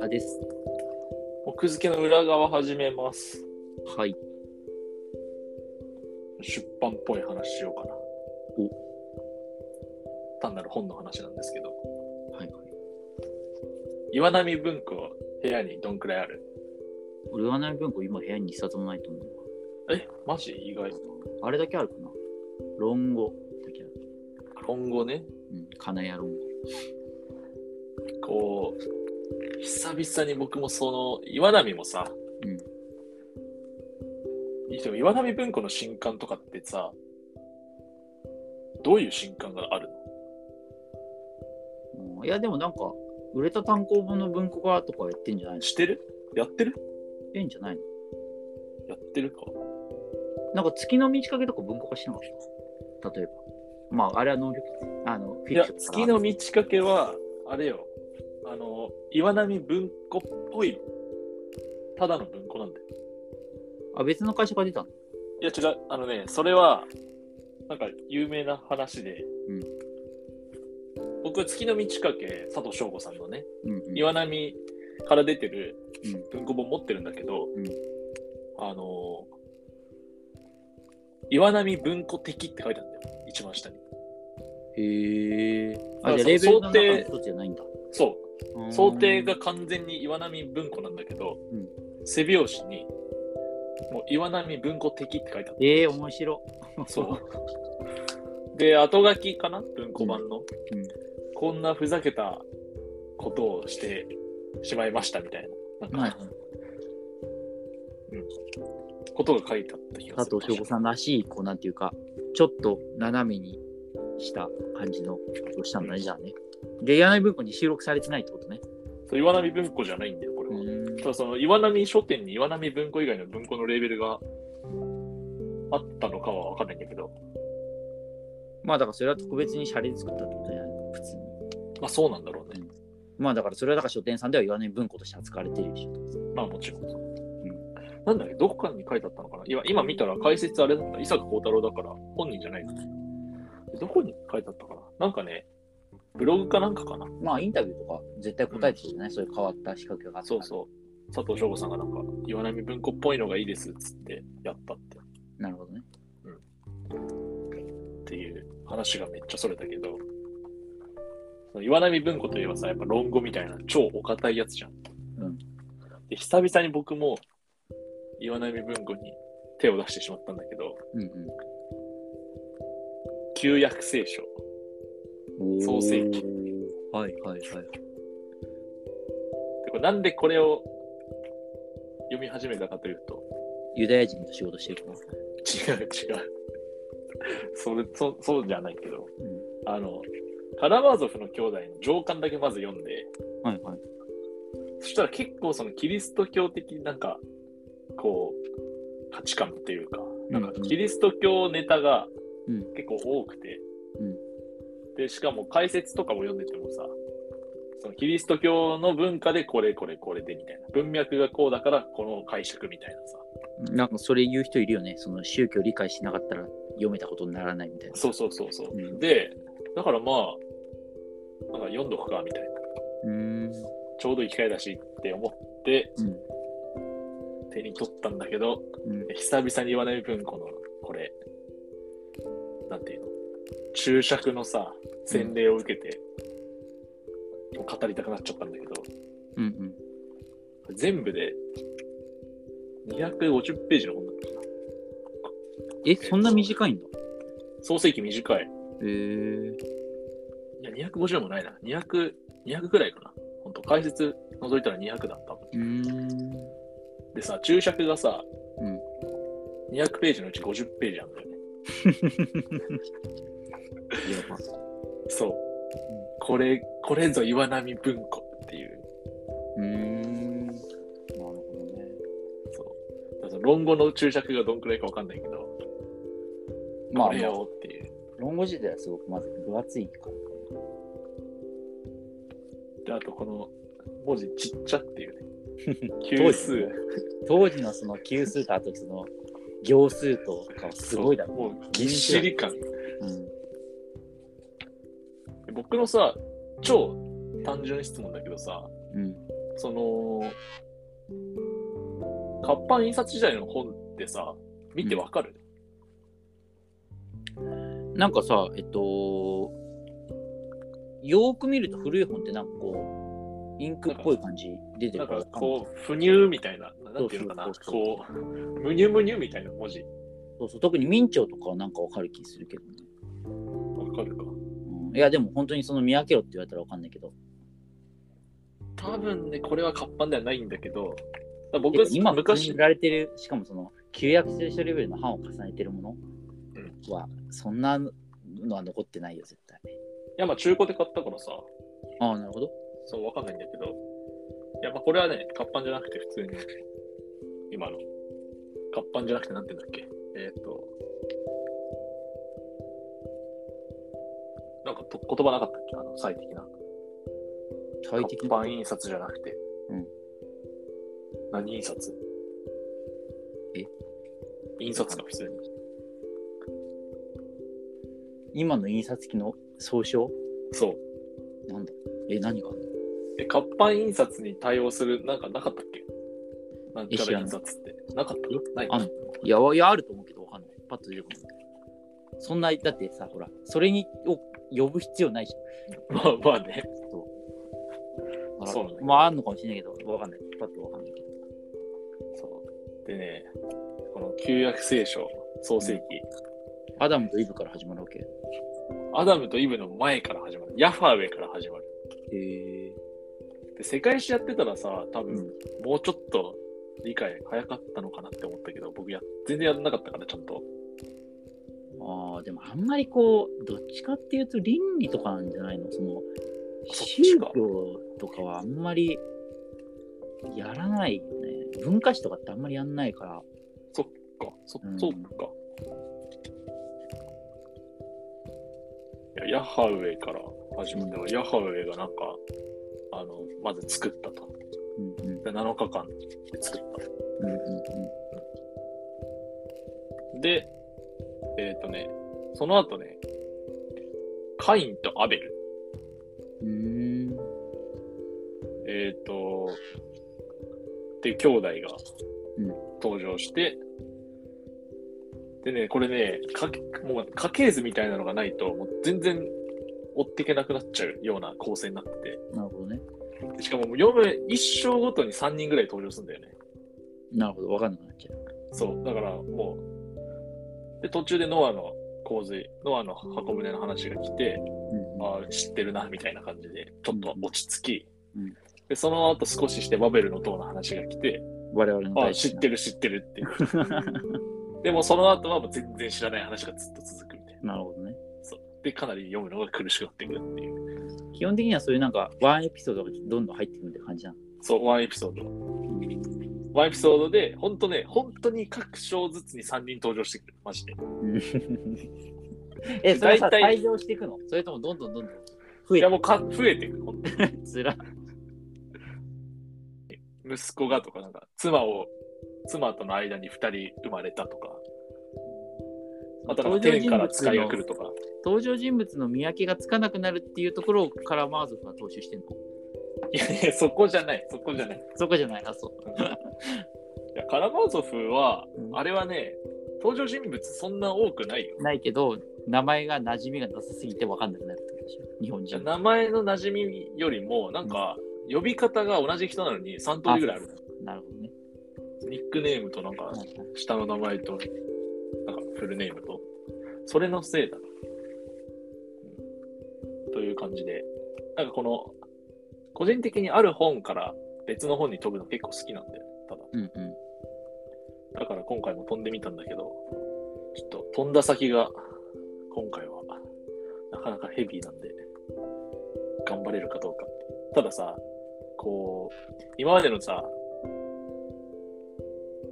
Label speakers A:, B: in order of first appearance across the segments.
A: あです。
B: 奥付けの裏側始めます。
A: はい。
B: 出版っぽい話しようかな。
A: お
B: 単なる本の話なんですけど。
A: はいはい。
B: 岩波文庫は部屋にどんくらいある
A: 俺はない文庫今部屋に一冊もないと思う
B: え、マジ意外。
A: わ。あれだけあるかな論語だけある。
B: 論語ね、
A: うん、金谷論語。
B: こう、久々に僕もその、岩波もさ、
A: うん
B: でも岩波文庫の新刊とかってさ、どういう新刊があるの
A: うんいやでもなんか、売れた単行本の文庫化とかやってんじゃないのや
B: してるやってる
A: ってんじゃないの
B: やってるか。
A: なんか月の満ち欠けとか文庫化しなかった例えば。まあ、あれはノンフィクあの、フィク
B: い
A: ション
B: や、月の満ち欠けは、あれよ、あの、岩波文庫っぽい、ただの文庫なんだよ。
A: あ、別の会社が出たの
B: いや、違う、あのね、それは、なんか有名な話で、
A: うん
B: 僕は月の満ち欠け、佐藤翔吾さんのね、
A: うん、うん。
B: 岩波から出てる
A: うん
B: 文庫本持ってるんだけど、
A: ん
B: あの、岩波文庫的って書いてあるんだよ、一番下に。
A: へえ。
B: だ
A: あ、
B: から
A: じゃ
B: そ
A: あ
B: の
A: レベルの中の
B: 想定
A: 一つじゃないんだ。
B: そう、
A: うん
B: 想定。が完全に岩波文庫なんだけど、
A: うん
B: 背拍子に、もう岩波文庫的って書いてあっ
A: ええ面白。
B: た。そう。 で、後書きかな文庫版の、
A: うんうん
B: こんなふざけたことをしてしまいましたみたい
A: は
B: な。なん
A: い
B: か、ことが書いてあった気が
A: 佐
B: する。
A: 藤翔吾さんらしい、こう、なんていうか、ちょっと斜めにした感じのことをしたんだね、
B: うん
A: じゃあね。で、柳文庫に収録されてないってことね。
B: そう岩波文庫じゃないんだよ、これは。ただその岩波書店に岩波文庫以外の文庫のレーベルがあったのかはわかんないんだけど、
A: まあ、だからそれは特別にシャレで作ったってことじゃないの普通に。
B: まあそうなんだろうね。
A: まあ、だからそれはだから書店さんでは柳文庫として扱われてるでしょ。
B: まあもちろん。
A: ん
B: なんだっけ、どこかに書いてあったのかな今今見たら解説あれだった、伊坂幸太郎だから本人じゃないから。どこに書いてあったかななんかね、ブログかなんかかな
A: まあ、インタビューとか絶対答えてるじゃない、そういう変わった仕掛けがあった
B: そ
A: ら
B: うそう。佐藤翔吾さんがなんか、岩波文庫っぽいのがいいですっつってやったって
A: なるほどね。
B: っていう話がめっちゃそれたけど、その岩波文庫といえばさ、やっぱ論語みたいな超お堅いやつじゃん。
A: うん
B: で、久々に僕も岩波文庫に手を出してしまったんだけど、
A: うんうん。
B: 旧約聖書。創世記
A: はいはいはい。
B: でこれなんでこれを読み始めたかというと、
A: ユダヤ人と仕事してるから。
B: 違う違う。それそそうじゃないけど、
A: うん
B: あの、カラマーゾフの兄弟の上巻だけまず読んで、
A: はいはい。
B: そしたら結構そのキリスト教的なんか、こう、価値観っていうか、なんか
A: うんうん
B: キリスト教ネタが
A: うん
B: 結構多くて、
A: うん
B: で、しかも解説とかも読んでてもさ、そのキリスト教の文化でこれこれこれでみたいな、文脈がこうだからこの解釈みたいなさ、
A: なんかそれ言う人いるよね。その宗教理解しなかったら読めたことにならないみたいな。
B: そうそうそうそう。
A: うん
B: で、だからまあ、なんか読んどくかみたいな、
A: うーん。
B: ちょうどいい機会だしって思って
A: うん。
B: 手に取ったんだけど、
A: うん、
B: 久々に言わない文庫のこれなんていうの注釈のさ洗礼を受けて、語りたくなっちゃったんだけど
A: うん、うん。
B: 全部で250ページの本だったかな
A: え、そんな短いんだ。
B: 創世記短い
A: へえ。
B: いや250もないな200200ぐらいかなほんと解説覗いたら200だった
A: うーん。
B: でさ注釈がさ、
A: うん
B: 200ページのうち50ページあるんだよね
A: やば。
B: そう、これこれぞ岩波文庫っていう
A: うーん。なるほどね。
B: そう。だから論語の注釈がどんくらいかわかんないけど、
A: まあ、
B: これ
A: まあ
B: よっていう。
A: 論語自体はすごくまず分厚いから。
B: で、あとこの文字ちっちゃっていう ね。級数。
A: 当時のその級数とあとその行数とかはすごいだろ
B: もうぎっしり感。
A: う。うん。
B: 僕のさ、超単純質問だけどさ、
A: うん。
B: その、活版印刷時代の本ってさ、見てわかる、
A: なんかさ、えっと、よーく見ると古い本ってなんかこう、インクっぽい感じ出てる
B: な
A: から
B: んか
A: わかんない
B: こう、ふにゅーみたいな、なんていうのかな、
A: そうそうそう
B: こう、 むにゅむにゅみたいな文字。
A: そうそう、特に明朝とかはなんかわかる気するけどね。
B: わかるか。
A: うん、いや、でも本当にその見分けろって言われたらわかんないけど、
B: 多分ね、これは活版ではないんだけど、僕
A: てか、今
B: 今
A: 昔
B: 昔
A: 売、られてる、しかもその、旧約聖書レベルの版を重ねてるものは、そんなのは残ってないよ、絶対。
B: いやまあ中古で買ったからさ、
A: ああ、なるほど。
B: そうわかんないんだけど、いやまあこれはね、活版じゃなくて普通に、今の、活版じゃなくてなんて言うんだっけ、えーっ、と、なんかと言葉なかったっけ、あの、最適な。
A: 最適
B: 活
A: な
B: 版印刷じゃなくて。
A: うん
B: 何印刷
A: え
B: 印刷か、普通に。
A: 今の印刷機の総称
B: そう。
A: なんだえ、何があんの
B: え、活版印刷に対応する、なんかなかったっけなんちゃら印刷って。なかったない
A: あんのいや、わいや、あると思うけど、わかんない。パッと出てこない。そんな、だってさ、ほら、それにを呼ぶ必要ないじ
B: まあまあね。
A: ゃん。
B: そうなんだ
A: まあ、あんのかもしれないけど、わかんない。パッとわかんないけど。
B: そう。でね、この旧約聖書、創世記、
A: アダムとイブから始まるわけ。へ
B: アダムとイブの前から始まる。ヤファウェから始まる。
A: え。
B: で、世界史やってたらさ、多
A: う
B: 分
A: ん。
B: もうちょっと理解早かったのかなって思ったけど、僕や、全然やんなかったから、ちゃんと。
A: ああ、でもあんまりこう、どっちかっていうと倫理とかなんじゃないのその、
B: そっ
A: 宗
B: ちか
A: 教とかはあんまりやらないよね。文化史とかってあんまりやんないから。
B: か、そ、
A: うん
B: そうか。いやヤハウェイから始まって、ヤハウェイがなんか、あの、まず作ったと。
A: うんうん
B: で、7日間で作った。
A: うんうん
B: で、えっ、とね、その後ね、カインとアベル。
A: うん。うーん。
B: えっ、と、っていう兄弟が
A: うん
B: 登場して、でね、これね、かもう家系図みたいなのがないと、もう全然追っていけなくなっちゃうような構成になって
A: なるほどね。
B: て、しかももう読む一生ごとに3人ぐらい登場するんだよね。
A: なるほど。わかんなくなっちゃう。
B: そう、だからもう、で、途中でノアの洪水、ノアの箱舟の話が来て、
A: うんうん
B: あー知ってるなみたいな感じでちょっと落ち着き、
A: うん
B: でその後少ししてバベルの塔の話が来て、
A: 我々の
B: あー
A: 大
B: 知
A: 事
B: っ
A: な
B: てる知って るっていうでもその後はもう全然知らない話がずっと続くみたいな
A: なるほどね。
B: でかなり読むのが苦しくなってくるっていう
A: 基本的にはそういうなんか、ワンエピソードがどんどん入ってくるって感 じなの。
B: そうワンエピソードワンエピソードで本当ね本当に各章ずつに3人登場してくるマジで
A: え、それはさ、
B: 大体
A: 退場していくのそれともどんどんどんどん増
B: い
A: え
B: や
A: て
B: もうか増えてくる本当に
A: くつら。
B: 息子がとかなんか妻を妻との間に2人生まれたとかあとなんか天から使いが来るとか
A: 登場人物の見分けがつかなくなるっていうところからマー族が踏襲してんの
B: いやいや、そこじゃない、そこじ ゃない。
A: そこじゃないな、そう。
B: いやカラマーゾフは、
A: うん
B: あれはね、登場人物そんな多くないよ。
A: ないけど、名前が馴染みがなさすぎて分かんなくなるってことでしょ。日本
B: じゃ
A: 人。
B: 名前の馴染みよりも、なんか、呼び方が同じ人なのに3通りぐらいある。
A: なるほどね。
B: ニックネームと、なんか、下の名前と、なんか、フルネームと。それのせいだな。うんという感じで、なんかこの、個人的にある本から別の本に飛ぶの結構好きなんだよね、ただ。
A: うんうん。
B: だから今回も飛んでみたんだけど、ちょっと飛んだ先が、今回は、なかなかヘビーなんで、頑張れるかどうか。たださ、こう、今までのさ、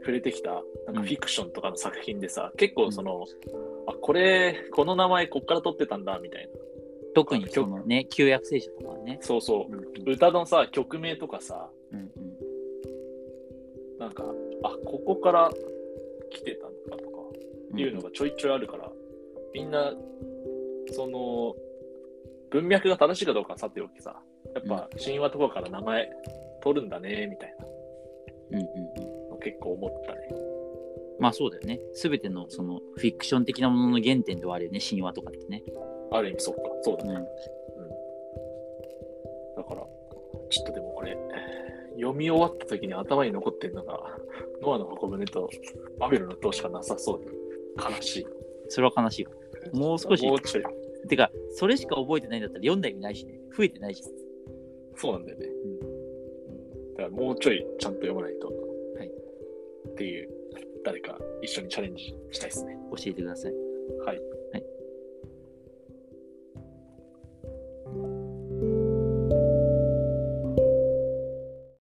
B: 触れてきた、なんかフィクションとかの作品でさ、結構その、あ、これ、この名前こっから取ってたんだ、みたいな。
A: 特にそのね、旧約聖書とかね。
B: そうそうう。
A: んうん
B: 歌のさ、曲名とかさ、
A: うん
B: なんか、あ、ここから来てたのかとか。
A: うん。
B: っていうのがちょいちょいあるから、みんな、その、文脈が正しいかどうかはさておきさ、やっぱ神話とかから名前取るんだね、みたいな
A: うんうんうん。
B: の結構思ったね。
A: まあそうだよね。すべてのそのフィクション的なものの原点ではあるよね、神話とかってね。
B: ある意味そうか、そうだ
A: う
B: ね。
A: ん。
B: だから、ちょっとでもこれ、読み終わった時に頭に残ってるのが、 ノアの箱舟とバベルの塔しかなさそうで、悲しい。
A: それは悲しいわ。もう少し
B: もうちょい。
A: てか、それしか覚えてないんだったら読んだ意味ないしね。増えてないし。
B: そうなんだよね。だからもうちょいちゃんと読まないと。
A: い
B: っていう、誰か一緒にチャレンジしたいですね。
A: 教えてください。
B: はい。